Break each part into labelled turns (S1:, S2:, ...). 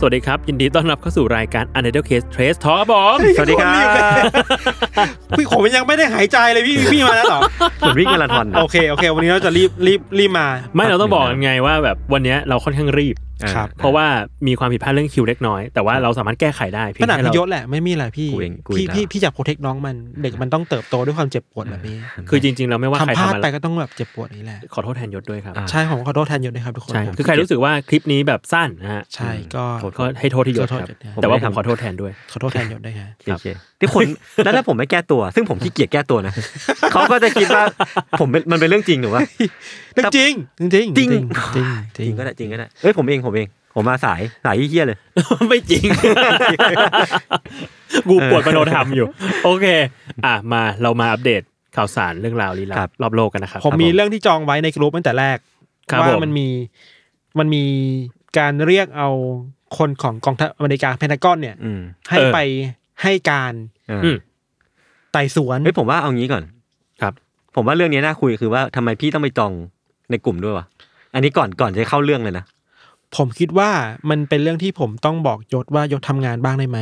S1: สวัสดีครับ ยินดีต้อนรับเข้าสู่รายการ u n d e r t a l e Case Trace Talk ครับผม
S2: สวัสดีครับพี่ผมยังไม่ได้หายใจเลยพี่พี่มาแล้วเหรอ
S3: เหมือนวิ่งมาราธอนนะ
S2: โอเคโอเค วันนี้เราจะรีบรีบรีบมา
S1: ไม่เราต้องบอกยังไงว่าแบบวันเนี้ยเราค่อนข้างรีบ
S2: ครับ
S1: เพราะว่ามีความผิดพลาดเรื่องคิวเล็กน้อย แต่ว่าเราสามารถแก้ไขได้เพีย
S2: ข
S1: ง
S2: นาด
S1: แค่
S2: พี่
S1: เรา
S2: ยศแหละไม่มีอะไรพี่
S3: กูเองกู
S2: พี่
S3: อีกแล้ว
S2: พี่พี่จะโปรเทคน้องมันเด็กมันต้องเติบโตด้วยความเจ็บปวดแบบนี้
S1: คือจริงๆ เราไม่ว่าใคร
S2: ทำพลาด
S1: ทำอะไร
S2: ไปก็ต้องแบบเจ็บปวดนี่แหละ
S1: ขอโทษแทนยศด้วยครับ
S3: อ่า
S2: ใช่ผมขอโทษแทนยศนะครับทุกคน
S1: ใช่
S2: ผม
S1: คือใครรู้สึกว่าคลิปนี้แบบสั้นนะฮะ
S2: ใช่ก็
S1: ก็ให้โทษที่ย
S2: ข
S1: ศ
S2: อโทษ
S1: ครับ
S2: ยศนะ
S1: แต่
S3: ผมไม่
S1: ว่าผ
S3: ได้
S1: ม
S3: ทำ
S1: ขอโทษแทนด้วย
S2: ขอโทษแทนยศด้วยฮะ
S3: โอเคที่คนแล้วถ้าผมไม่แก้ตัว ซึ่งผมขี้เกียจแก้ ตัวนะ เขาก็จะคิดว่าผมเป็นมันเป็นเรื่องจริงหรือว่า
S2: จริงจริง
S3: จริง
S2: จริง
S3: จริงก็ได้จริงก็ได้เอ้ยผมเองผมเอง ผมมาสายสายเยี่ย เลย
S1: ไม่จริง กูปวดมโนธรรมอยู่ โอเค อ่ะมาเรามาอัปเดตข่าวสารเรื่องราวลี้ลั
S3: ครับ บ
S1: รอบโลกกันนะครับ
S2: ผมมีเรื่องที่จองไว้ในกลุ่มตั้งแต่แรก
S1: ครับ
S2: ว่า
S1: ผม
S2: มันมีมันมีการเรียกเอาคนของกองทัพอเมริกาเพนทากอนเนี่ย
S3: อืม
S2: ให้
S1: เออ
S2: ไปให้การ
S3: เออ
S1: อืม
S2: ไต่สวน
S3: เฮ้ยผมว่าเอางี้ก่อน
S1: ครับ
S3: ผมว่าเรื่องนี้น่าคุยคือว่าทำไมพี่ต้องไปจองในกลุ่มด้วยวะอันนี้ก่อนก่อนจะเข้าเรื่องเลยนะ
S2: ผมคิดว่ามันเป็นเรื่องที่ผมต้องบอกยศว่ายศทำงานบ้างได้ไหม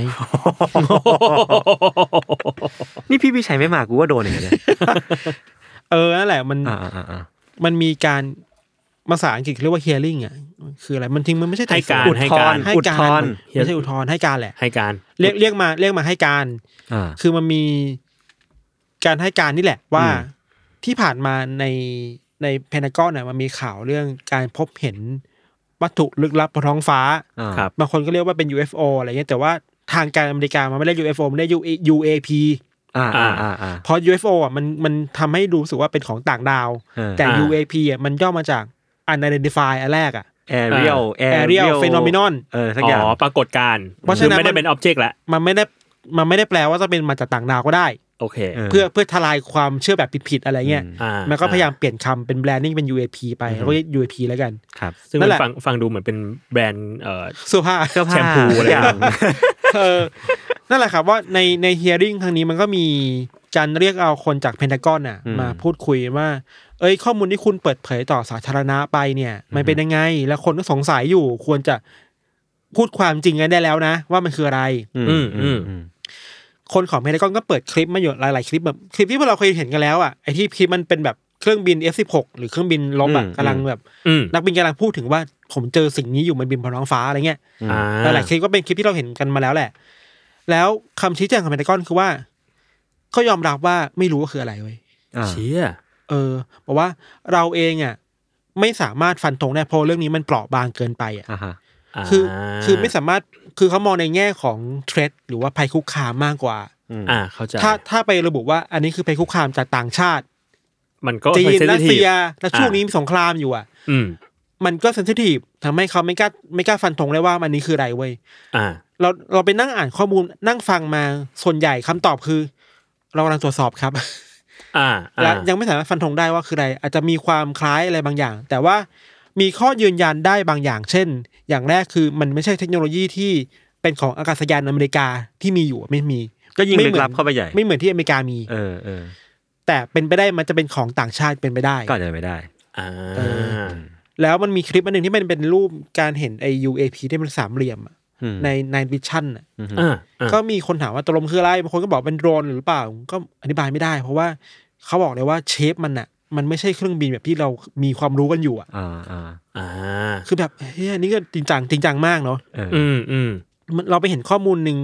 S3: นี่พี่พี่ชัยไม่มากูก็โดนอย่างเงี้ยเลย
S2: เออนั่นแหละมัน
S3: อ่าอ่าอ่า
S2: มันมีการภาษาอังกฤษเรียกว่า hearing อ่ะคืออะไรมันจริงมันไม่ใช่ไต่สวน
S1: ให้การ
S3: อุดทอน
S2: ให้
S3: อุด
S2: การ
S3: ทอน
S2: ไม่ใช่อุทธรณ์ให้การแหละ
S1: ให้การ
S2: เรียกเรียกมาเรียกมาให้การ
S3: อ่า
S2: คือมันมีการให้การนี่แหละว่า
S3: อืม
S2: ที่ผ่านมาในในเพนากอนน่ะมันมีข่าวเรื่องการพบเห็นวัตถุลึกลับบนท้องฟ้า
S3: อ่า
S1: ครับ
S2: บางคนก็เรียกว่าเป็น UFO อะไรเงี้ยแต่ว่าทางการอเมริกามันไม่เรียก UFO มันเรียก UA- UAP
S3: อ่าอ่าอ่าอ่า
S2: เพราะ UFO อ่ะมันมันทำให้ดูรู้สึกว่าเป็นของต่างดาว
S3: เออ
S2: แต่
S1: อ่า
S2: UAP อ่ะมันย่อมาจาก unidentified อันแรกอ่ะ
S3: aerial
S2: aerial phenomenon
S3: เออสักอย่าง
S1: อ๋อปรากฏการณ์
S2: เพราะฉะ
S1: คือ
S2: นั้น
S1: ไม่ได้
S2: มัน
S1: เป็นอ็อบเจกต์ละ
S2: มันไม่ได้มันไม่ได้แปลว่าจะเป็นมาจากต่างดาวก็ได้
S1: โอเค
S3: เออ
S2: เพื่อเพื่อทลายความเชื่อแบบผิดๆอะไรเงี้ย
S1: อ่า
S2: มันก็พยายามเปลี่ยนคำเป็นแบรนดิ้งเป็น UAP ไปแล้วก็เรียก UAP แล้วกัน
S3: ครับ
S1: ซึ่ง
S2: นั่
S1: มัน น
S2: แหละ
S1: ฟังฟังดูเหมือนเป็นแบรนด์เอ่อ
S2: เสื้อผ้า
S3: เสื้อผ้า
S1: แชมพูอะไร
S3: ย่าง
S2: เออนั่นแหละครับว่าในในเฮียริ n งครั้งนี้มันก็มีการเรียกเอาคนจากเพนทากอนน่ะ
S3: อืม
S2: มาพูดคุยว่า เอ้ยข้อมูลที่คุณเปิดเผยต่อสาธารณะไปเนี่ย มันเป็นยังไง แล้วคนก็สงสัยอยู่ควรจะพูดความจริงกันได้แล้วนะ ว่ามันคืออะไร
S3: อืม
S1: อื
S3: อื
S1: ม
S3: ม
S1: อื
S3: อื
S1: ม
S3: ม
S2: คนของเพนทากอนก็เปิดคลิปมาอยู่หลาย ๆ คลิปแบบคลิปที่พวกเราเคยเห็นกันแล้วอ่ะไอที่คลิปมันเป็นแบบเครื่องบิน F16 หรือเครื่องบินลบอ่ะ
S3: อืม
S2: กำลังแบบ
S1: อืม
S2: นักบินกำลังพูดถึงว่าผมเจอสิ่งนี้อยู่มันบินบนท้องฟ้าอะไรเงี้ย
S1: อ่า
S2: หลายๆคลิปก็เป็นคลิปที่เราเห็นกันมาแล้วแหละ แล้วคำชี้แจงของเพนทากอนคือว่าก็ยอมรับว่าไม่รู้ว่าคืออะไรเว้ย
S3: อ่า
S1: เชี่ย
S2: เออบอกว่าเราเองอ่ะไม่สามารถฟันธงได้เพราะเรื่องนี้มันเปราะบางเกินไปอ่ะ
S3: อ่าฮะ
S1: า
S2: คือคือไม่สามารถคือเขามองในแง่ของเทรดหรือว่าภัยคุกคามมากกว่า
S3: อืม
S1: อ่าเข้าใจ
S2: ถ้าถ้าไประบุว่าอันนี้คือภัยคุกคามจากต่างชาติ
S1: มันก็
S2: จีน
S1: เซน
S2: รั
S1: ซิ
S2: ส
S1: ทีฟ
S2: เซียและช่วงนี้มีสงครามอยู่อ่ะ
S1: อืม
S2: มันก็เซนซิทีฟทำให้เขาไม่กล้าไม่กล้าฟันธงได้ว่ามันนี้คืออะไรเว้ย
S1: อ่า
S2: เราเราไปนั่งอ่านข้อมูลนั่งฟังมาส่วนใหญ่คำตอบคือ เรากำลังตรวจสอบครับ
S1: อ่าอ่า
S2: และยังไม่สามารถฟันธงได้ว่าคืออะไร อาจจะมีความคล้ายอะไรบางอย่าง แต่ว่ามีข้อยืนยันได้บางอย่าง เช่น อย่างแรกคือมันไม่ใช่เทคโนโลยีที่เป็นของอากาศยานอเมริกาที่มีอยู่ไม่มี
S3: ก็ยิงลึ
S2: ไม่
S3: ก
S2: หมือน
S3: ลับเข้าไปใหญ่
S2: ไม่เหมือนที่อเมริกามี
S3: เออเออ
S2: แต่เป็นไปได้มันจะเป็นของต่างชาติเป็นไปได้
S3: ก็อาจจะไม่ได้
S1: อ่า
S2: เอ แล้วมันมีคลิปอันหนึ่งที่มันเป็นรูปการเห็นไอ UAP ที่เป็นสามเหลี่ยมอะ
S3: อืม
S2: ในในวิชั่นอะ
S1: อ่าอ่า
S2: ก็มีคนถามว่าตกลงคืออะไรบางคนก็บอกเป็นโดรนหรือเปล่า ก็อธิบายไม่ได้ เพราะว่าเขาบอกเลยว่าเชฟมันน่ะ มันไม่ใช่เครื่องบินแบบที่เรามีความรู้กันอยู่อ่ะ
S3: อ่าอ่า
S1: อ่า
S2: คือแบบเฮ้ยอันนี่ก็จริงจังจริงจังมากเนาะ
S3: เออ
S1: อืมอืม
S2: มันเราไปเห็นข้อมูลหนึ่ง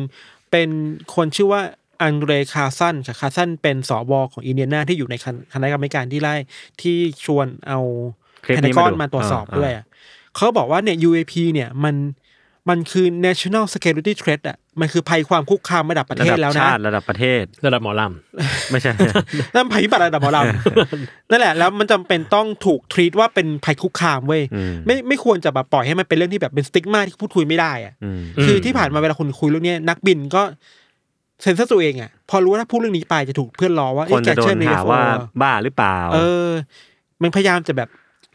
S2: เป็นคนชื่อว่า อันเดรคาร์สันค่ะคาร์สันเป็นสวของอินเดียนาที่อยู่ในคณะกรรมการที่ไล่ที่ชวนเอา
S4: คลิป
S2: เพน
S4: นี้
S2: ก
S4: มา
S2: อน
S4: ดู
S2: มาตรวจสอบด้วยอะเขาบอกว่าเนี่ย UAP เนี่ยมันมันคือ national security threat อ่ะมันคือภัยความคุกคามระดับประเทศ
S4: ดับ
S2: แล้วนะ
S4: ชาติระดับประเทศ
S1: ระดับหมอล
S4: ไม่ใช่
S2: นั่นภัยพิบัติระดับหมอ ลำ นั่นแหละแล้วมันจำเป็นต้องถูกทรีตว่าเป็นภัยคุกคามเว้ย
S4: อืม
S2: ไม่ไม่ควรจะแบบปล่อยให้มันเป็นเรื่องที่แบบเป็นสติ๊กมาที่พูดคุยไม่ได้อ่ะ
S4: อืม
S1: ำ
S2: คือที่ผ่านมาเวลาคุณคุยเรื่องเนี้ยนักบินก็เซนเซอร์ตัวเองอ่ะพอรู้ว่าถ้าพูดเรื่องนี้ไปจะถูกเพื่อนล้อว่า
S4: ค
S2: เอ๊ะ
S4: น
S2: แก
S4: จะโด
S2: เชื่อน ใน
S4: หา
S2: UFO
S4: ว่า
S2: เหรอ
S4: บ้าหรือเปล่า
S2: เออ มันพยายามจะแบบ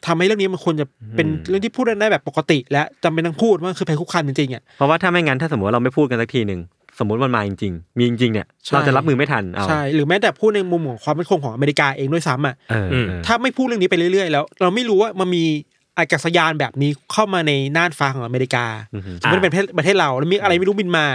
S2: ทำให้เรื่องนี้มันควรจะเป็น
S4: อืม
S2: เรื่องที่พูดได้แบบปกติ และจำเป็นต้องพูดว่ามันคือภัยคุกคามจริงๆอ่ะ
S4: เพราะว่าถ้าไม่งั้นถ้าสมมติว่าเราไม่พูดกันสักทีหนึ่งสมมติมันมาจริงๆมีจริงๆเนี่ย
S2: ใช่
S4: เราจะรับมือไม่ทันเอา
S2: ใช่ หรือแม้แต่พูดในมุมของความมั่นคงของอเมริกาเองด้วยซ้ำอ่ะ
S4: เออเออ
S2: ถ้าไม่พูดเรื่องนี้ไปเรื่อยๆ แล้ว เราไม่รู้ว่ามันมีอากาศยานแบบนี้เข้ามาในน่านฟ้าของอเมริกา
S4: อือหือ
S2: สมมติเป็นประเทศประเทศเราแล้วมีอะไรไม่รู้บินมา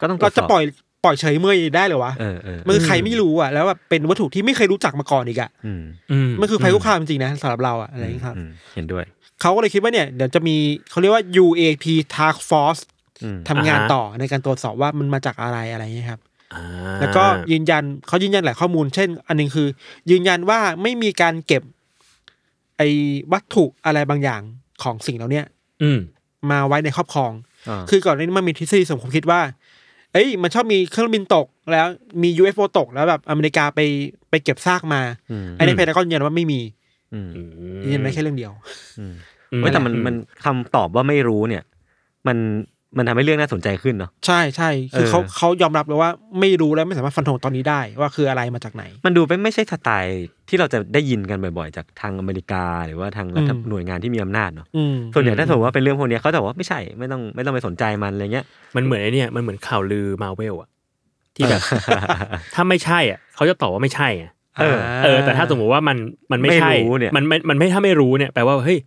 S4: ก็ต้องต
S2: เรา
S4: วจส
S2: จะ
S4: อบ
S2: ปล่อยปล่อยเฉยเมยได้เหรอวะ
S4: เออเออ
S2: มันคือใครไม่รู้อ่ะแล้วแบบเป็นวัตถุที่ไม่เคยรู้จักมาก่อนอีกอ่ะ
S4: อืม
S1: ม
S2: มันคือภัยคุกคามจริงๆนะสำหรับเราอ่ะอะไรอย่างเงี้ยครับ
S4: อืมเห็นด้วย
S2: เขาก็เลยคิดว่าเนี่ยเดี๋ยวจะมีเขาเรียกว่า UAP Task Force
S4: อืม
S2: ทำงานต่อในการตรวจสอบว่ามันมาจากอะไรอะไรเงี้ยครับ
S1: อ่า
S2: แล้วก็ยืนยันเขายืนยันหลายข้อมูล เช่น อันหนึงคือ ยืนยันว่าไม่มีการเก็บ ไอ้วัตถุอะไรบางอย่างของสิ่งเหล่าเนี้ย
S1: อืม
S2: มาไว้ในครอบครอง
S4: า
S2: คือก่อนหนานี้มันมีทฤษฎีสมคบคิดว่า เอ้ย มันชอบมีเครื่องบินตกแล้วมี UFO ตกแล้วแบบอเมริกาไปไปเก็บซากมา
S4: ม
S2: ไอ้ในเพนทากอนยืนยันว่าไม่มี
S4: อืม
S2: ยืนยันไม่แค่เรื่องเดียว
S4: อืม
S1: อืม
S4: เว้ยแต่มันมันคำตอบว่าไม่รู้เนี่ย มันมันทำให้เรื่องน่าสนใจขึ้นเนาะ
S2: ใช่ใช่คือเขา
S4: เออ
S2: เขายอมรับเลยว่าไม่รู้และไม่สามารถฟันธงตอนนี้ได้ว่าคืออะไรมาจากไหน
S4: มันดูเป็นไม่ใช่สไตล์ที่เราจะได้ยินกันบ่อยๆ จากทางอเมริกาหรือว่าทางรัฐ
S2: อืม
S4: หน่วยงานที่มีอำนาจเนาะ
S2: อืม
S4: ส่วนใหญ่ถ้าสมมติว่าเป็นเรื่องพวกเนี้ยเขาจะบอกว่าไม่ใช่ไม่ต้องไม่ต้องไปสนใจมันอะไรเงี้ย
S1: มันเหมือนไอเนี่ยมันเหมือนข่าวลือมาเวลอะที่ แบบ ถ้าไม่ใช่อ่ะเขาจะตอบว่าไม่ใช่ไง
S4: เออ
S1: เออแต่ถ้าสมมติว่ามันมันไม่ใช่
S4: ไม่รู้เนี่ย
S1: มันไม่มันไม่ถ้าไม่รู้เนี่ยแปลว่าเฮ้ย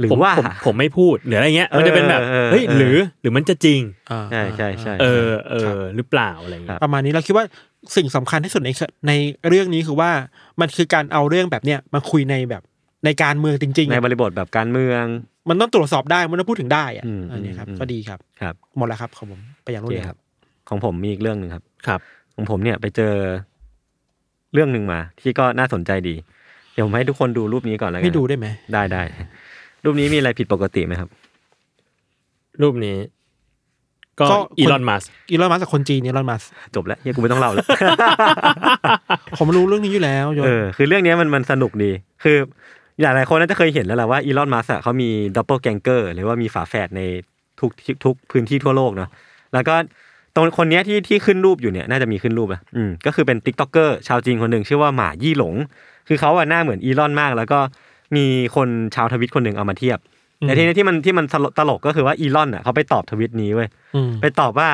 S4: หรือ
S1: ผม
S4: ว่า
S1: ผมผมไม่พูดหรืออะไรเงี้ย มันจะเป็นแบบ
S4: เออเออ
S1: เฮ้ย
S4: เออ
S1: หรือหรือมันจะจริง
S4: ใช่ใช่ใช่
S1: เออเอ
S2: ครั
S1: อบ หรือเปล่าอะไรเงี้ย
S2: ประมาณนี้เราคิดว่าสิ่งสำคัญที่สุดในในเรื่องนี้คือว่ามันคือการเอาเรื่องแบบเนี้ยมาคุยในแบบในการเมืองจริงๆ
S4: ใน
S2: อะ
S4: บริบทแบบการเมือง
S2: มันต้องตรวจสอบได้มันต้องพูดถึงได้อะ
S4: อืม
S2: อันนี้ครับ
S4: อืม
S2: ก็ดีครับ
S4: ครับ
S2: หมดแล้วครับของผมไปอย่าง
S4: โอ
S2: รวด
S4: เค
S2: เร็ว
S4: ครับ ของผมมีอีกเรื่องหนึ่งครับ
S1: ครับ
S4: ของผมเนี่ยไปเจอเรื่องหนึ่งมา ที่ก็น่าสนใจดี เดี๋ยวผมให้ทุกคนดูรูปนี้ก่อนแล้วกัน
S2: ไม่ดูได้ไหม
S4: ได้ได้รูปนี้มีอะไรผิดปกติไหมครับ
S1: รูปนี้ ก็อีลอนมัส
S2: อีลอนมัสกับคนจีนเนี่ยลอนมัส
S4: จบแล้วเฮียกูไม่ต้องเล่าแล้ว
S2: ผมรู้เรื่องนี้อยู่แล้วโยน
S4: เออคือเรื่องเนี้ยมันมันสนุกดี คือหลายหลายๆคนน่าจะเคยเห็นแล้วแหละว่าอีลอนมัสเขามีดับเบิลแกงเกอร์หรือว่ามีฝาแฝดในทุกทุกทุกพื้นที่ทั่วโลกเนาะแล้วก็ตรงคนเนี้ยที่ที่ขึ้นรูปอยู่เนี่ยน่าจะมีขึ้นรูปอะอืมก็คือเป็นติ๊กต็อกเกอร์ชาวจีนคนหนึ่งชื่อว่าหมายี่หลง คือเขาอะหน้าเหมือนอีลอนมาก แล้วก็มีคนชาวทวิตคนหนึ่งเอามาเทียบแต่ทีนี้ที่มันที่มันตลกก็คือว่าอีลอนอะเขาไปตอบทวิตนี้เว้ย
S2: อืม
S4: ไปตอบว่า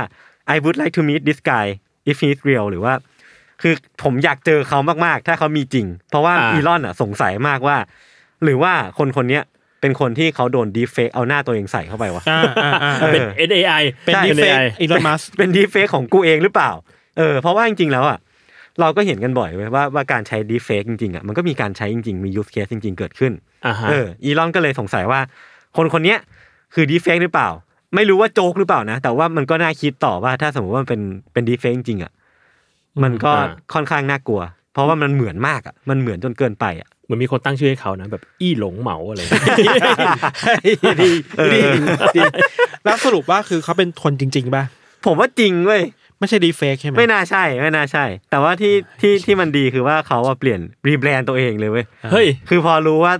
S4: I would like to meet this guy if he's real หรือว่า คือผมอยากเจอเขามาก ๆ ถ้าเขามีจริง เพราะว่า
S1: อ่า
S4: อีลอนอ่ะสงสัยมากว่า หรือว่าคนคนเนี้ยเป็นคนที่เขาโดนดีเฟกเอาหน้าตัวเองใส่เข้าไปวะ
S2: อ่าอ่าอ่า
S4: เอ อ
S1: เป็น SAI
S2: เป็นดีเฟก
S1: AI
S2: อีลอนมัส
S4: เป็นดีเฟกของกูเองหรือเปล่า เออ เพราะว่าจริง ๆ แล้วอ่ะ เราก็เห็นกันบ่อยเว้ยว่าว่าการใช้ดีเฟกจริง ๆ อ่ะ มันก็มีการใช้จริง ๆ มียูสเคสจริง ๆ เกิดขึ้น
S1: อ่าฮะ
S4: เอออีลอนก็เลยสงสัยว่า คนคนเนี้ยคือดีเฟกหรือเปล่า ไม่รู้ว่าโจกหรือเปล่านะ แต่ว่ามันก็น่าคิดต่อว่าถ้าสมมติว่ามันเป็นเป็นดีเฟกจริงๆอ่ะมันก็
S1: อ่า
S4: ค่อนข้างน่ากลัว เพราะว่ามันเหมือนมากอ่ะมันเหมือนจนเกินไปอ่ะ
S1: เหมือนมีคนตั้งชื่อให้เขานะ แบบอีหลงเหมาอะไรเงี้ย
S2: ดี
S4: เออ
S2: ดีดีแล้วสรุปว่าคือเขาเป็นคนจริง ๆ ป่ะ
S4: ผมว่าจริงเว้ย
S2: ไม่ใช่ดีเฟกใช่ไหม
S4: ไม่น่าใช่ไม่น่าใช่ แต่ว่าที่ที่ที่มันดีคือว่าเขาอะเปลี่ยนรีแบรนด์ตัวเองเลยเว้ย
S1: เฮ้ย
S4: คือพอรู้ว่า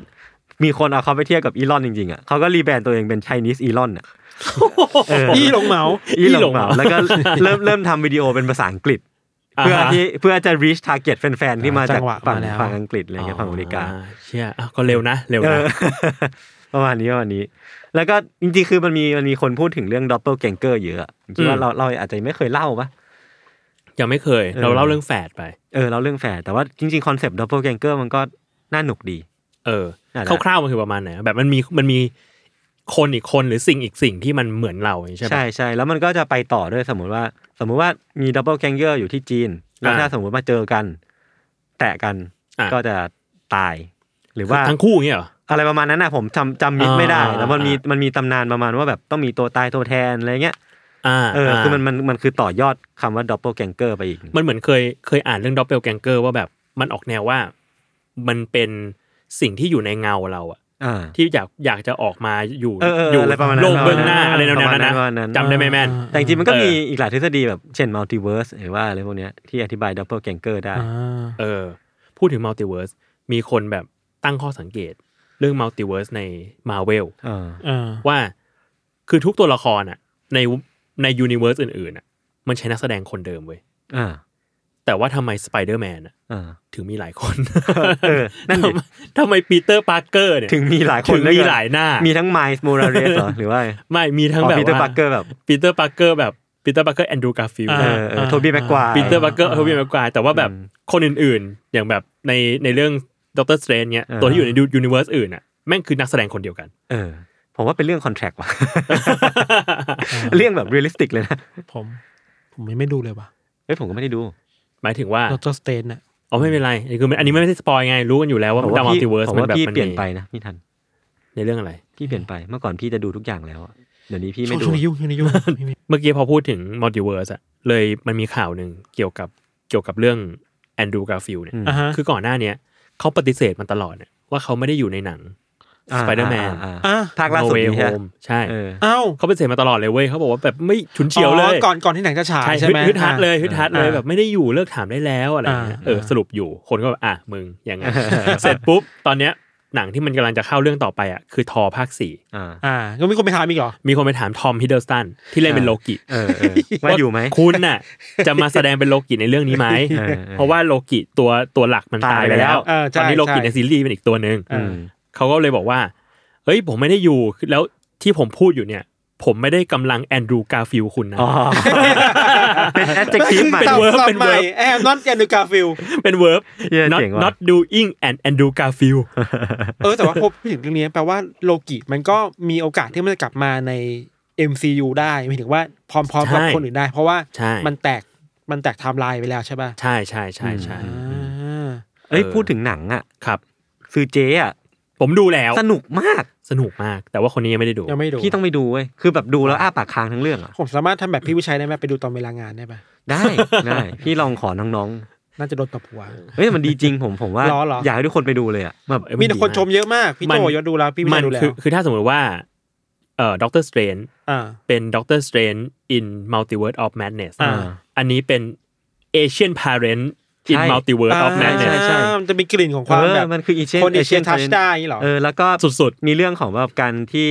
S4: มีคนเอาเขาไปเทียบกับอีลอนจริงๆอ่ะเขาก็รีแบรนด์ตัวเองเป็นไชนีสอีลอนอ่ะเออ
S2: อีหลงเหมา
S4: อีหลงเห
S1: อีหลงเห
S4: มา
S1: มา
S4: แล้วก็ เริ่มเริ่มทำวิดีโอเป็นภาษาอังกฤษ เพื่อที่เพื่อจะ reach target แฟนๆที่มาจากฝั่งฝั่งอังกฤษอะไรเงี้ยฝั่งอเมริกา
S1: เชี่ยอ่ะก็เร็วนะเร็ว
S4: เอ
S1: นะ
S4: อ ประมาณนี้ประมาณนี้ แล้วก็จริงๆคือมันมีมันมีคนพูดถึงเรื่อง double ganger เยอะคิดว่าเราเราอาจจะไม่เคยเล่าปะ
S1: ยังไม่เคย
S4: เออ
S1: เราเล่าเรื่องแฝดไป
S4: เออเราเรื่องแฝดแต่ว่าจริงๆคอนเซปต์ double ganger มันก็น่าหนุกดี
S1: เออ
S4: นั่นแหละ
S1: คร่าวๆมันคือประมาณไหนแบบมันมีมันมีคนอีกคนหรือสิ่งอีกสิ่งที่มันเหมือนเราใช่ไหม
S4: ใช่ใช่แล้วมันก็จะไปต่อด้วยสมมุติว่า สมมุติว่ามี double ganger อยู่ที่จีน แล้ว
S1: อ่า
S4: ถ้าสมมุติมาเจอกัน แตะกัน
S1: อ่า
S4: ก็จะตาย หรือว่า
S1: ทั้งคู่อย่างเงี้ยเหรอ
S4: อะไรประมาณนั้นนะผมจำจำมิดไม่ได้
S1: อ่า
S4: แล้วมันมี
S1: อ่า
S4: มันมีตำนานประมาณว่าแบบต้องมีตัวตายตัวแทนอะไรเงี้ย
S1: อ่า
S3: เอออา คือมันมันมันคือต่อยอดคำว่าดับเบิลแกงเกอร์ไปอีก
S1: มันเหมือนเคยเคยอ่านเรื่องด็อปเปลแกงเกอร์ว่าแบบมันออกแนวว่า มันเป็นสิ่งที่อยู่ในเงาเราอะ
S3: อ่า
S1: ที่อยากอยากจะออกมาอยู่
S3: เออเออ
S1: อยู่
S3: อะไรประมาณนั้น
S1: โลกเบื้องหน้า
S3: ประมาณนั้น
S1: อะไรแนวๆนั้น
S3: ประมาณนั้
S1: นะ
S3: น
S1: จำได้ไหมแม่น
S3: แต่จริงๆมันก็
S1: เออ
S3: มีอีกหลายทฤษฎีแบบเช่นมัลติเวิร์สหรือว่าอะไรพวกเนี้ยที่อธิบายดับเบิลแกงเกอร์ได้
S2: อ่า
S1: เออพูดถึงมัลติเวิร์สมีคนแบบตั้งข้อสังเกต เรื่องมัลติเวิร์สในมาเวล
S3: เออ
S2: อ่า
S1: ว่าคือทุกตัวละครอะในในยูนิเวิร์สอื่นๆอะมันใช้นักแสดงคนเดิมเว้ย
S3: อ่า
S1: แต่ว่าทำไมสไปเดอร์แมนอะ
S3: อ่า
S1: ถึงมีหลายคน
S3: เออ นั่นดิ
S1: ทำไมทำไมปีเตอร์ปาร์เกอร์เนี่ย
S3: ถึงมีหลายคน
S1: ถึงมีหลายหน้า
S3: มีทั้งไมล์มูราเรสเหรอหรือว่า
S1: ไม่มีทั้งแบบ
S3: ปีเตอร์
S1: ว่า
S3: ปักเกอร์แบบ
S1: ปีเตอร์ปาร์เกอร์แบบปีเตอร์ปาร์เกอร์แอนดรูว์การ์ฟิลด์
S3: เออเออโทบี้แม็กควาย
S1: ปีเตอร์ปาร์เกอร์เฮอร์วีแม็กควายแต่ว่าแบบ
S3: อืม
S1: คนอื่นๆ อย่างแบบในในเรื่องด็อกเตอร์สเตรนเนี่ย
S3: เออ
S1: ตัวที่อยู่ในยูนิเวิร์สอื่นอะแม่งคือนักแสดงคนเดียวกัน
S3: เออ ผมว่าเป็นเรื่องคอนแทร คว่ะ เรื่องแบบเรียลลิสติกเลยนะ
S2: ผม ผมยังไม่ดูเลยว่ะ
S3: เอ้ยผมก็ไม่ได้ดู
S1: หมายถึงว่า
S2: ดรสเตนอะ
S1: อ๋อไม่เป็นไรคือมันอันนี้ไม่ได้สปอยไงรู้กันอยู่แล้วว่ามันดาวมัลติเวิร์ส
S3: ผม
S1: มัน
S3: ว่า
S1: แบบ
S3: พี่
S1: มัน
S3: เปลี่ยน
S1: มี
S3: ไปนะพี่ทัน
S1: ในเรื่องอะไร
S3: พี่เปลี่ยนไปเมื่อก่อนพี่จะดูทุกอย่างแล้วอะเดี๋ยวนี้พี่
S2: ช่
S3: ไม่
S2: วง
S3: ดู
S2: ช่วงนี้ยุ่งช่วงนี้ยุ่งไม่มี
S1: เมื่อกี้พอพูดถึงมัลติเวิร์สอะเลยมันมีข่าวหนึ่งเกี่ยวกับเกี่ยวกับเรื่องแอนดรูการ์ฟิลเนี่ย
S2: อ่าฮะ
S1: คือก่อนหน้าเนี้ยเขาปฏิเสธมันตลอดเนี่ยว่าเขาไม่ได้อยู่ในหนัง
S3: า
S1: Spider-Man
S3: อ่า
S2: อ่ะ
S3: ภาคล่าสุดนี่
S1: โฮ
S3: ฮะ
S1: มใช่
S3: เออ
S2: เอ้า
S1: เขาปฏิเสธมาตลอดเลยเว้ยเขาบอกว่าแบบไม่ฉุนเฉียวเลย
S2: อ๋อก่อนก่อนที่หนังจะฉาย
S1: ใช่
S2: ใช่ไหม
S1: ฮึดฮัดเลย
S2: อ่ะ
S1: ฮึดฮัดเลย
S2: อ่า
S1: แบบไม่ได้อยู่เลิกถามได้แล้วอะไรเงี้ย
S2: อ่า
S1: เออสรุปอยู่คนก็แบบอ่ะมึงยังไง เสร็จปุ๊บตอนเนี้ยหนังที่มันกำลังจะเข้าเรื่องต่อไปอ่ะคือทอภาคสี่
S3: อ่า
S2: อ่าก็มีคนไปถามอีกเหรอ
S1: มีคนไปถามทอมฮิดเดิลสตันที่เล่นเป็นโลกิ
S3: เอ อเออว่าอยู่ไหม
S1: คุณน่ะ จะมาแสดงเป็นโลกิในเรื่องนี้ไหม
S3: เออ
S1: เพราะว่าโลกิตัวตัวหลักมันตายไปแล้ว
S2: เออใช่
S1: ตอนนี้โลกิ
S2: ใช่
S1: ในซีรีส์เป็นอีกตัวหนึ่ง
S3: อืม
S1: เขาก็เลยบอกว่า เฮ้ยผมไม่ได้อยู่แล้วที่ผมพูดอยู่เนี่ย ผมไม่ได้กำลังแอนดรูการ i ฟิลคุณนะ
S3: อ๋อ เป็น adjective ใหม่
S1: เป็น verb
S2: ศัพท์
S1: เป็น
S2: ใหม่
S1: verb
S2: แอมนอนแอนดูการ์ฟิล
S1: เป็นเวิร์บ
S3: เหี้ย
S1: not
S3: เจ๋งว่ะ
S1: not doing and Andrew Garfield
S2: เออแต่ว่าพบถึงเรื่องนี้แปลว่าโลกิมันก็มีโอกาสที่มันจะกลับมาใน MCU ได้หมายถึงว่าพร้อมๆกับ
S1: ใช่
S2: คนอื่นได้ เพราะว่า
S1: ใช่
S2: มันแตกมันแตกไทม์ไลน์ไปแล้วใช่ป่ะ
S1: ใช่ใช่ใช่ใช่
S2: อ่า
S3: เอ้ยพูดถึงหนังอ่ะ
S1: ครับ
S3: ซือเจอ่ะ
S1: ผมดูแล้ว
S3: สนุกมาก
S1: สนุกมาก แต่ว่าคนนี้ยังไม่ได้ดู
S2: ยังไม่ดู
S3: พี่ต้องไปดูเว้ยคือแบบดูแล้วอ้าปากค้างทั้งเรื่องอ่ะ
S2: ผมสามารถทำแบบพี่วิชัยได้ไหมไปดูตอนเวลางานได้ป่ะ
S3: ได้ ได้พี่ลองขอน้อง
S2: น่าจะโดนตบหัว
S3: ๆเฮ้ยมันดีจริงผมผมว่า
S2: หรอหรออ
S3: อยากให้ทุกคนไปดูเลยอ่ะแบบ
S1: เอ้ย
S2: มีแต่
S1: ดี
S2: คนชม
S1: าก
S2: เยอะมาก พี่
S1: มัน
S2: โจยอดดูแล้วพี่วิ
S1: มั
S2: ชั
S1: น
S2: ยดูแล้ว
S1: คือคือถ้าสมมติว่าเอ่อด็อกเตอร์สเตรน
S2: อ่า
S1: เป็น Doctor Strange in Multiverse of Madness
S2: อ่า
S1: อันนี้เป็น Asian Parent in
S3: ใช่
S1: Multiverse of
S3: ใช่ใช่
S1: Madness
S3: ใช่
S2: อ่ามันจะมีกลิ่นของความ
S3: เออ
S2: แบบ
S3: มันคืออีเชียน
S2: คนเอเชียนทัชได้อย่างงี้เหรอ
S3: เออแล้วก็
S1: สุด
S3: มีเรื่องของแบบการที่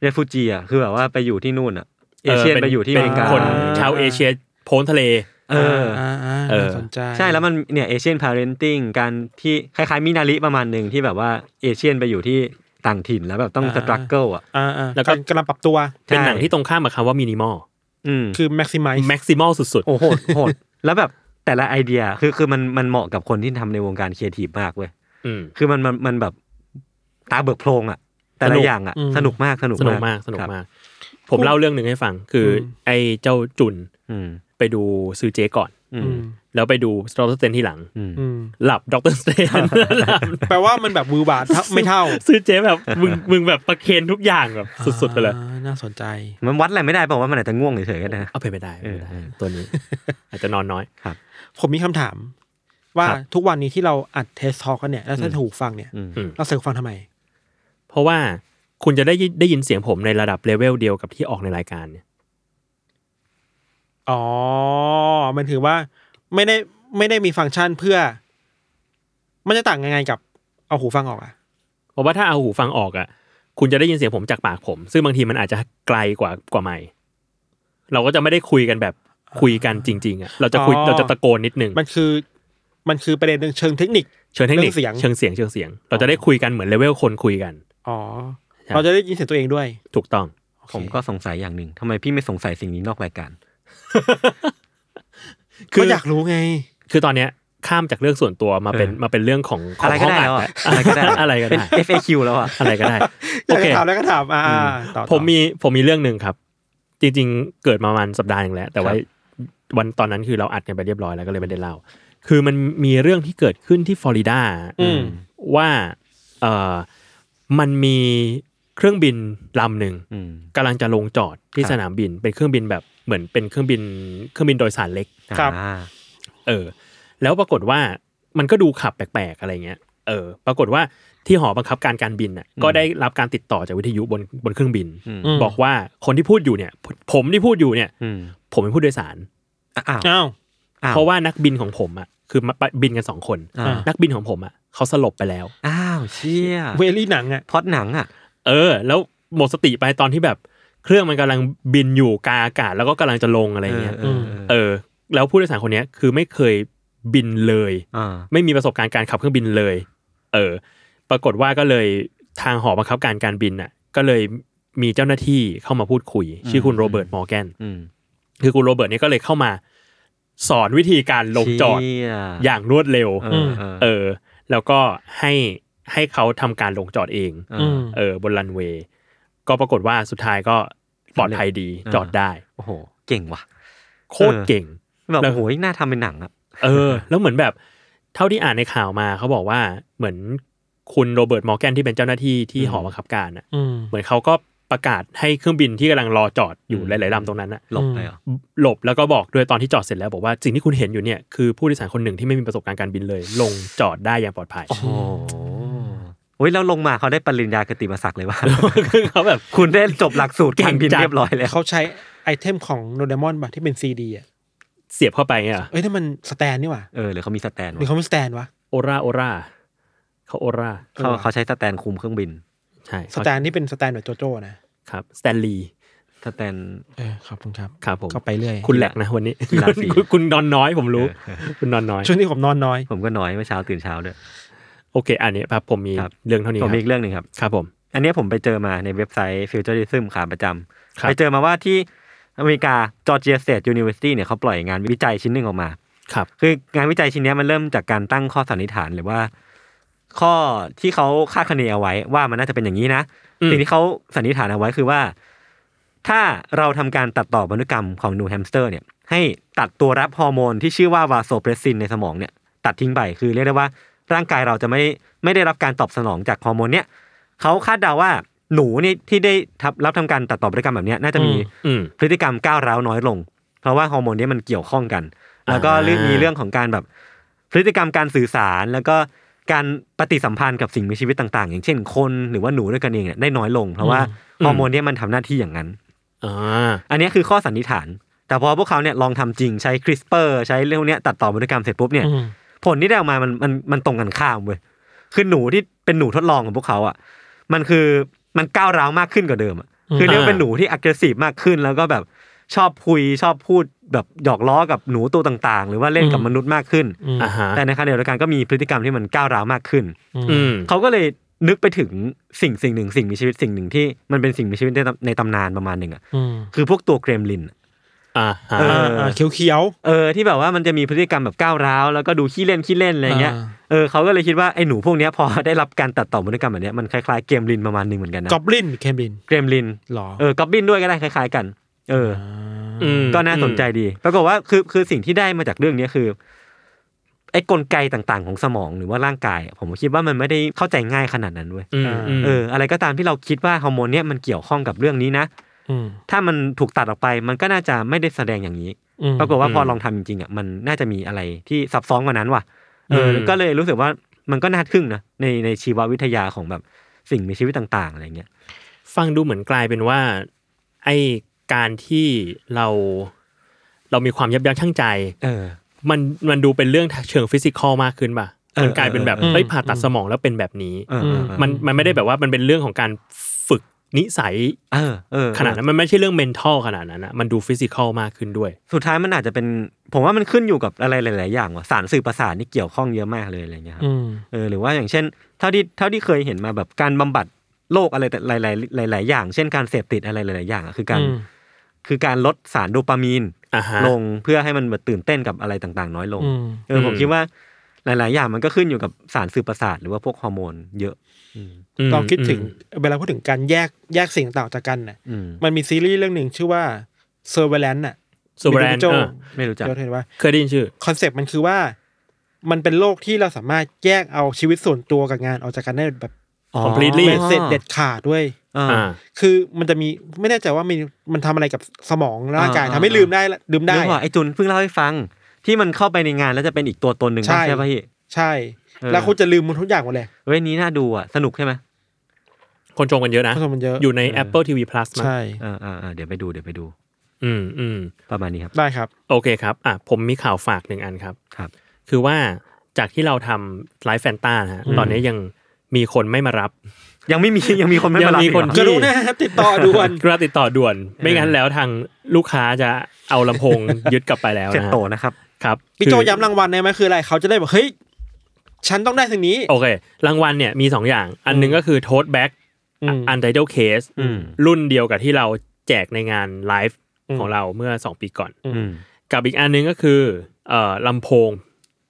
S3: เรฟูจีอ่ะคือแบบว่าไปอยู่ที่นู่นอ่ะ
S1: ๆ
S3: เอเชียน
S1: ป็
S3: ไปอยู่ที่อเมริกา
S1: เป็นคน
S2: อ่า
S1: ชาวเอเชียโพ้นทะเล
S3: เออ
S2: าอ่า
S1: เออ
S2: น่าสนใจ
S3: ใช่แล้วมันเนี่ยเอเชียนพาเรนติ้งการที่คล้ายๆมินาริประมาณหนึ่งที่แบบว่าเอเชียนไปอยู่ที่ต่างถิ่นแล้วแบบต้องสตรัคเกิลอ่ะ
S2: อ่าอ่า
S1: แล้
S2: แล้ว ว
S1: ก็
S2: ก็กำลังปรับตัว
S1: เป็นหนังที่ตรงข้ามกับคำว่า minimal
S3: อืม
S2: คือ maximize
S1: maximal สุด
S3: โอ้โหดโหด แล้วแบบแต่ละไอเดียคือคือมันมันเหมาะกับคนที่ทำในวงการครีเอทีฟมากเว้ย
S1: ๆ อืม
S3: คือมันมันมันแบบตาเบิกโพรงอ่ะ แต่
S1: ส
S3: ละ
S1: นุก
S3: อย่างอ่ะ
S2: อืม
S3: สนุกมากสนุก
S1: สนุ
S3: มาม
S1: กาก กสนุก
S3: ครับ
S1: มาก ผมเล่าเรื่องหนึ่งให้ฟัง คืออไอ้เจ้าจุน
S3: อืม
S1: ไปดูซือเจก่อน
S3: อื
S2: อื
S3: ม
S2: ม
S1: แล้วไปดูด็อกเตอร์สเตนที่หลัง
S3: อืม
S2: อืม
S1: หลับด็อกเตอร์สเตนหลับ
S2: แปลว่ามันแบบมือบาดเท่าไม่เท่า
S1: ซื้อเจ๊แบบ มึงมึงแบบประเคนทุกอย่างแบบสุดๆไปเลย
S2: อ่าน่าสนใจ
S3: มันวัดอะไรไม่ได้บอกว่ามันอาจจะง่วงเฉยๆก็ได้นะ
S1: เอาไปนไม่ได้เป็นไป
S3: เออ
S1: ได้
S3: เออ
S1: ตัวนี้ อาจจะนอนน้อย
S2: ผมมีคำถาม ว่า
S1: ครับ
S2: ทุกวันนี้ที่เราอัดเทสทอกันเนี่ย แล้วถ้าถูกฟังเนี่ย
S3: อืม
S2: เราใส่หูฟังทำไม
S1: เพราะว่าคุณจะได้ยินได้ยินเสียงผมในระดับเลเวลเดียวกับที่ออกในรายการเนี่ย
S2: อ๋อ มันถือว่าไม่ได้ไม่ได้มีฟังก์ชันเพื่อ มันจะต่างยังไงกับเอาหูฟังออกอะ
S1: เพราะว่าถ้าเอาหูฟังออกอ่ะ คุณจะได้ยินเสียงผมจากปากผม ซึ่งบางทีมันอาจจะไกลกว่ากว่าไม่เราก็จะไม่ได้คุยกันแบบคุยกันจริง ๆอ่ะเราจะคุยเราจะตะโกนนิดนึง
S2: มันคือ มันคือประเด็นหนึ่งเชิงเทคนิค
S1: เชิงเทคนิค
S2: เรื่องเสียง
S1: เชิงเสียงเชิงเสียง เราจะได้คุยกันเหมือนเลเวลคนคุยกัน
S2: อ๋อ
S1: ครับ
S2: เราจะได้ยินเสียงตัวเองด้วย
S1: ถูกต้อง
S2: โอเค
S3: ผมก็สงสัยอย่างหนึ่งทำไมพี่ไม่สงสัยสิ่งนี้นอกรายการ
S1: คือ
S2: ก็อยากรู้ไง
S1: คือตอนเนี้ยข้ามจากเรื่องส่วนตัวมาเป็น
S3: เออ
S1: มาเป็นเรื่องของข
S3: อะ
S1: ง
S3: ไรก็ได้
S1: ห้ง
S3: แล้วอ่ะ
S1: ด
S3: อะไรก็ ได้
S1: อะไรก็
S3: เป็
S1: ได้
S3: น FAQ แล้วอ่ะ
S1: อะไรก็ได้
S2: อ
S1: โอย
S2: าก
S1: เค
S2: จะถามแล้วก็ถาม อ่าต่อต่อ
S1: ผมมีผมมีเรื่องหนึ่งครับ จริงๆ เกิดมาประมาณสัปดาห์หนึ่งแล้ว แต่ว่า
S3: ครับ
S1: วันตอนนั้นคือเราอัดกันไปเรียบร้อยแล้วก็เลยไม่ได้เล่า คือมันมีเรื่องที่เกิดขึ้นที่ฟลอริดา
S2: อืม
S1: ว่าเออมันมีเครื่องบินลำหนึ่ง
S3: อืม
S1: กำลังจะลงจอดที่
S3: ครับ
S1: สนามบิน เป็นเครื่องบินแบบ เหมือนเป็นเครื่องบินเครื่องบินโดยสารเล็ก
S2: ครับ
S3: อ่า
S1: เออ แล้วปรากฏว่ามันก็ดูขับแปลกๆอะไรเงี้ย เออ ปรากฏว่าที่หอบังคับการการบินน่ะก็ได้รับการติดต่อจากวิทยุบนบนเครื่องบิน
S2: อืม
S1: บอกว่าคนที่พูดอยู่เนี่ย ผมผมที่พูดอยู่เนี่ย
S3: อืม
S1: ผมเป็นผู้โดยสาร
S3: อ้าว
S2: อ้าว
S3: อ้าว
S1: เพราะว่านักบินของผมอ่ะคือมาบินกันสองคน
S3: อ่า
S1: นักบินของผมอ่ะเขาสลบไปแล้ว
S3: อ้าวเชี่ย
S2: เวลี่หนังอ่ะ
S3: พล็อดหนังอ่ะ
S1: เออ แล้วหมดสติไปตอนที่แบบเครื่องมันกำลังบินอยู่กลางอากาศแล้วก็กำลังจะลงอะไรเงี้ย
S3: เออเออ
S1: เออ แล้วผู้โดยสารคนเนี้ยคือไม่เคยบินเลย
S3: อ่า
S1: ไม่มีประสบการณ์การขับเครื่องบินเลย เออ ปรากฏว่าก็เลยทางหอบังคับการการบินน่ะ ก็เลยมีเจ้าหน้าที่เข้ามาพูดคุย ชื่อคุณโรเบิร์ตมอร์แกน
S3: อืม
S1: คือคุณโรเบิร์ตเนี่ยก็เลยเข้ามาสอนวิธีการลงจอด
S3: เชี่ย
S1: อย่างรวดเร็ว
S3: เอ
S2: อื
S3: อ
S2: ม
S3: เออ
S1: เออ แล้วก็ให้ให้เขาทำการลงจอดเอง
S3: เอ
S2: อื
S3: อ
S2: ม
S1: เออ บนรันเวย์ ก็ปรากฏว่าสุดท้ายก็ปลอดภัยดี
S3: อ่า
S1: จอดได้
S3: โอ้โหเก่งว่ะ
S1: โคตรเก่ง
S3: แบบ
S1: แล้ว
S3: โอ้โหน่าทำเป็นหนังอ่ะ
S1: เออ แล้วเหมือนแบบเท่าที่อ่านในข่าวมาเขาบอกว่าเหมือนคุณโรเบิร์ตมอร์แกนที่เป็นเจ้าหน้าที่ที่
S3: อืม
S1: หอบังคับการอ่ะ
S2: อืม
S1: เหมือนเขาก็ประกาศให้เครื่องบินที่กำลังรอจอดอยู่หลายๆลำตรงนั้นอ่ะ
S3: หลบไปเหรอ
S1: หลบแล้วก็บอกด้วยตอนที่จอดเสร็จแล้วบอกว่าสิ่งที่คุณเห็นอยู่เนี่ยคือผู้โดยสารคนหนึ่งที่ไม่มีประสบการณ์การบินเลย ลงจอดได้อย่างปลอดภัย
S3: โอ้โหโอ้ยแล้วลงมาเขาได้ปริญญากติมาศักดิ์เลยว่า
S1: คือเขาแบบ
S3: คุณได้จบหลักสูตรการบิน
S1: เก่งจัด
S3: เรียบร้อยแล้ว
S2: เขาใช้ไอเทมของโนเดมอนป่ะที่เป็นซีดีอ่ะ
S1: เสียบเข้าไปอ่ะ
S2: เอ้ยนั่นมันสแตนนี่หว่า
S3: เออหรือเขามีสแตน
S2: ห
S3: วะ
S2: รือเขาไม่สแตนวะ
S1: โอราโอราเขาโอรา
S3: เขาเขาใช้สแตนคุมเครื่องบิน
S1: ใช่
S2: สแตนนี่เป็นสแตนแบบโจโจ้นะครับ
S1: สแตนลี
S3: สแตน
S2: เออครับคุณครับ
S1: ครับผม
S2: ก็ไปเรื่อย
S1: คุณแหลกนะวันนี้
S3: กีฬาสี
S1: คุณคุณนอนน้อยผมรู้ คุณนอนน้อย
S2: ช่วงนี้ผมนอนน้อย
S3: ผมก็น้อยเมื่อเช้าตื่นเช้าด้วย
S1: โอเค อันนี้ครับผมมี
S3: ครับ
S1: เรื่องเท่านี้
S3: ผม
S1: ค
S3: มี
S1: รับ
S3: อีกเรื่องหนึ่งครับ
S1: ครับผม
S3: อันเนี้ยผมไปเจอมาในเว็บไซต์ Futurism ขาประจำ
S1: ครับ
S3: ไปเจอมาว่าที่อเมริกา Georgia State University เนี่ยเขาปล่อยงานวิจัยชิ้นหนึ่งออกมา
S1: ครับ
S3: คืองานวิจัยชิ้นเนี้ยมันเริ่มจากการตั้งข้อสันนิษฐานหรือว่า ข้อที่เขาคาดคะเนเอาไว้ว่ามันน่าจะเป็นอย่างนี้นะ
S1: อืม
S3: สิ่งที่เขาสันนิษฐานเอาไว้คือว่า ถ้าเราทำการตัดต่อพันธุกรรมของนูแฮมสเตอร์เนี่ย ให้ตัดตัวรับฮอร์โมนที่ชื่อว่าวาโซเพรสซินในสมองเนี่ย ตัดทิ้งไปคือเรียกได้ว่าร่างกายเราจะไม่ไม่ได้รับการตอบสนองจากฮอร์โมนเนี่ยเขาคาดเดาว่าหนูเนี่ยที่ได้ทับรับทำการตัดต่อพันธุกรรมแบบเนี้ยน่าจะมี
S2: อืม
S1: อืม
S3: พฤติกรรมก้าวร้าวน้อยลง เพราะว่าฮอร์โมนเนี้มันเกี่ยวข้องกัน แล้วก็
S1: อ่า
S3: เรื่องมีเรื่องของการแบบ พฤติกรรมการสื่อสาร แล้วก็การปฏิสัมพันธ์กับสิ่งมีชีวิตต่างๆ อย่างเช่นคนหรือว่าหนูด้วยกันเองเนี่ยได้น้อยลง เพราะว่าฮอร์โมนเนี้มันทำหน้าที่อย่างนั้น
S1: อ่า
S3: อันเนี้ยคือข้อสันนิษฐาน แต่พอพวกเขาเนี่ยลองทำจริงใช้คริสเปอร์ใช้เรื่องเนี้ยตัดต่อพันธุกรรมเสร็จปุ๊บเนี่ย
S2: อืม
S3: ผลที่ได้ออกมามันมันมันตรงกันข้ามเว้ย คือหนูที่เป็นหนูทดลองของพวกเขาอ่ะ มันคือมันก้าวร้าวมากขึ้นกว่าเดิมอ่ะ คือเรียกว่าเป็นหนูที่ aggressive มากขึ้น แล้วก็แบบชอบคุยชอบพูดแบบหยอกล้อกับหนูตัวต่างๆ หรือว่าเล่นกับ
S2: อืม
S3: มนุษย์มากขึ้น
S2: อืม
S1: อ่าฮะ
S3: แต่ในขณะเดียวกันก็มีพฤติกรรมที่มันก้าวร้าวมากขึ้น
S1: อืม
S3: เขาก็เลยนึกไปถึงสิ่งสิ่งหนึ่งสิ่งมีชีวิตสิ่งหนึ่งที่มันเป็นสิ่งมีชีวิตในตำในตำนานประมาณหนึ่งอ่ะ
S2: อืม
S3: คือพวกตัวเกรมลินอะ
S1: อ่าฮะ
S3: เอ
S2: อ่าอ่าเขียวเขียว
S3: เออที่แบบว่ามันจะมีพฤติกรรมแบบก้าวร้าวแล้วก็ดูขี้เล่นขี้เล่นอะไรเงี้ย เออเขาก็เลยคิดว่าไอ้หนูพวกเนี้ยพอ ได้รับการตัดต่อพันธุกรรมแบบเนี้ยมันคล้ายๆเกมลินประมาณหนึ่งเหมือนกันนะ
S2: กอบลินเคมบิน
S3: เกมลิน
S2: หรอ
S3: เออกอบบินด้วยก็ได้คล้าย ๆ กัน เออ
S1: อืม
S3: ก็น่าสนใจดีปรากฏว่าคือคือสิ่งที่ได้มาจากเรื่องเนี้ยคือไอ้กลไกต่างๆของสมองหรือว่าร่างกายอะผมคิดว่ามันไม่ได้เข้าใจง่ายขนาดนั้นเว้ย
S1: อืมม
S3: เอออะไรก็ตามที่เราคิดว่าฮอร์โมนเนี้ยมันเกี่ยวข้องกับเรื่องนี้นะ
S2: ม
S3: ถ้ามันถูกตัดออกไปมันก็น่าจะไม่ได้แสดงอย่างนี้
S2: อืม
S3: ปรากฏว่าพอลองทำจริงๆอ่ะมันน่าจะมีอะไรที่ซับซ้อนกว่านั้นว่ะเออก็เลยรู้สึกว่ามันก็น่าทึ่งนะในในชีววิทยาของแบบสิ่งมีชีวิตต่างๆอะไรเงี้ย
S1: ฟังดูเหมือนกลายเป็นว่า ไอการที่เรา เรามีความยับยั้งชั่งใจ
S3: เออ
S1: มันมันดูเป็นเรื่องเชิงฟิสิกอลมากขึ้นป่ะมันกลายเป็นแบบ
S3: เออเออ
S1: เฮ้ยผ่าตัดสมองแล้วเป็นแบบนี้
S3: เออเออ
S1: มันมันไม่ได้แบบว่ามันเป็นเรื่องของการฝึกนิสัย
S3: เออเออ
S1: ขนาดนั้นมันไม่ใช่เรื่องเมนทัลขนาดนั้นนะมันดูฟิสิกอลมากขึ้นด้วย
S3: สุดท้ายมันอาจจะเป็น ผมว่ามันขึ้นอยู่กับอะไรหลาย ๆ อย่างว่ะสารสื่อประสาทนี่เกี่ยวข้องเยอะมากเลยอะไรเงี้ยครับ
S2: อืม
S3: เออหรือว่าอย่างเช่น เท่าที่เท่าที่เคยเห็นมาแบบการบำบัดโรคอะไรแต่หลายๆหลาย ๆ อย่าง เช่นการเสพติดอะไรหลายๆอย่างอะคือการ
S2: อืม
S3: คือการลดสารโดปามีน
S1: อ่าฮะ
S3: ลงเพื่อให้มันแบบตื่นเต้นกับอะไรต่างๆ น้อยลง
S2: อืม
S3: เออผม
S1: อืม
S3: คิดว่าหลาย ๆ อย่างมันก็ขึ้นอยู่กับสารสื่อประสาทหรือว่าพวกฮอร์โมนเยอะ
S1: ม
S2: ลองคิดถึงเวลาพูดถึงการแยกแยกสิ่งต่างๆจากกันน่ะ
S3: อืม
S2: มันมีซีรีส์เรื่องหนึ่งชื่อว่า Surveillance น่ะ
S1: สุบรนด์
S2: โจ
S1: เออ
S3: ไม่รู้จัก
S2: โจเห็นว่า
S1: เคยได้ยินชื่อ
S2: คอนเซปต์มันคือว่า มันเป็นโลกที่เราสามารถแยกเอาชีวิตส่วนตัวกับงานออกจากกันได้แบบ
S1: completely
S2: เป็นเสร็จเด็ดขาดด้วย
S3: อ่า
S1: อ่า
S2: คือมันจะมีไม่แน่ใจว่ามันมันทำอะไรกับสมองร่างกาย
S3: อ่า
S2: ทำให้ลืมได้ละลืมได้
S3: เรื่องว่าไอ้จุนเพิ่งเล่าให้ฟัง ที่มันเข้าไปในงานแล้วจะเป็นอีกตัวตนหนึ่ง
S2: ใช่
S3: ใช่ป่ะพี่
S2: ใช่
S3: เออ
S2: แล้วคุณจะลืมมันทุกอย่างหมดเลย
S3: เว้ยนี้น่าดูอ่ะ สนุกใช่ไหม
S1: คนชมกันเยอะนะ
S2: เพราะว่ามันเยอะ
S1: อยู่ใน Apple TV Plus มั้ง
S2: ใช่
S3: อ่าอ่าอ่าเดี๋ยวไปดูเดี๋ยวไปดู
S1: อืมอืม
S3: ประมาณนี้ครับ
S2: ได้ครับ
S1: โอเคครับ อ่ะ ผมมีข่าวฝากหนึ่งอันครับ
S3: ครับ
S1: คือว่าจากที่เราทำไลฟ์แฟนตาฮะ ตอนนี้ยังมีคนไม่มารับ
S3: ยังไม่มี ยังมีคนไม่
S1: ยั
S3: มาง รับ
S1: มี
S3: อีก
S1: คน
S3: เหรอ
S1: ที่
S2: กรุณาติดต่อด่วน
S1: กราติดต่อด่วน ไม่งั้นแล้วทางลูกค้าจะเอาลำโพง ยึดกลับไปแล้ว
S3: เจ็ด
S1: นะฮะ
S3: โตนะครับ
S1: ครับ
S2: พี่โจ
S1: คือ
S2: ย้ำรางวัลได้ไหมคืออะไรเขาจะได้บอกเฮ้ย ฉันต้องได้สิ่งนี้
S1: โอเค รางวัลเนี่ยมี 2 อย่าง อันหนึงก็คือโทสแบ็ก
S2: อืม
S1: อันไ l เด c a s e
S3: อืม
S1: รุ่นเดียวกับที่เราแจกในงานไลฟ์ของเราเมื่อ 2 ปีก่อน
S3: อืม
S1: กับอีกอันหนึงก็คือเอ่อลำโพง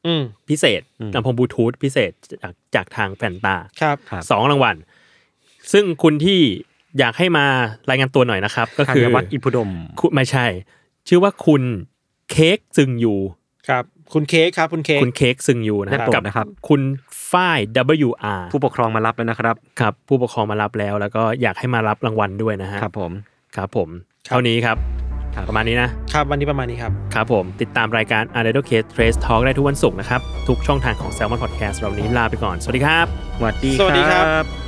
S2: อืม
S1: พิเศษ
S3: อืม
S1: ลำโพงบลูทูธพิเศษจากจากทางแฟนตา
S2: ครับ
S3: ครับ
S1: สองรางวัล ซึ่งคุณที่อยากให้มารายงานตัวหน่อยนะครับ ก็
S3: ธั
S1: คือ
S3: ญวัฒน์อิพุดม
S1: คุณไม่ใช่ ชื่อว่าคุณเค้กซึงยู
S2: ครับ คุณเค้กครับ คุณเค้ก
S1: คุณเค้กซึงยูนะ
S3: ได้โปรด
S1: กั
S3: นะครับ
S1: คุณฝ้าย WR
S3: ผู้ปกครองมารับแล้วนะครับ
S1: ครับ ผู้ปกครองมารับแล้ว แล้วก็อยากให้มารับรางวัลด้วยนะฮะ
S3: ครับผม
S1: ครับผม เท่านี้ครับ
S3: ครับ
S1: ประมาณนี้นะ
S2: ครับ วันนี้ประมาณนี้ครับ
S1: ครับผม ติดตามรายการ a d e d o Case Trace Talk ได้ทุกวันศุกร์นะครับ ทุกช่องทางของ Salmon Podcast เราวันนี้ลาไปก่อน สวัสดีครับ
S3: สวัสดี
S2: สวัสดีค
S3: ค
S2: รั
S3: รับ บ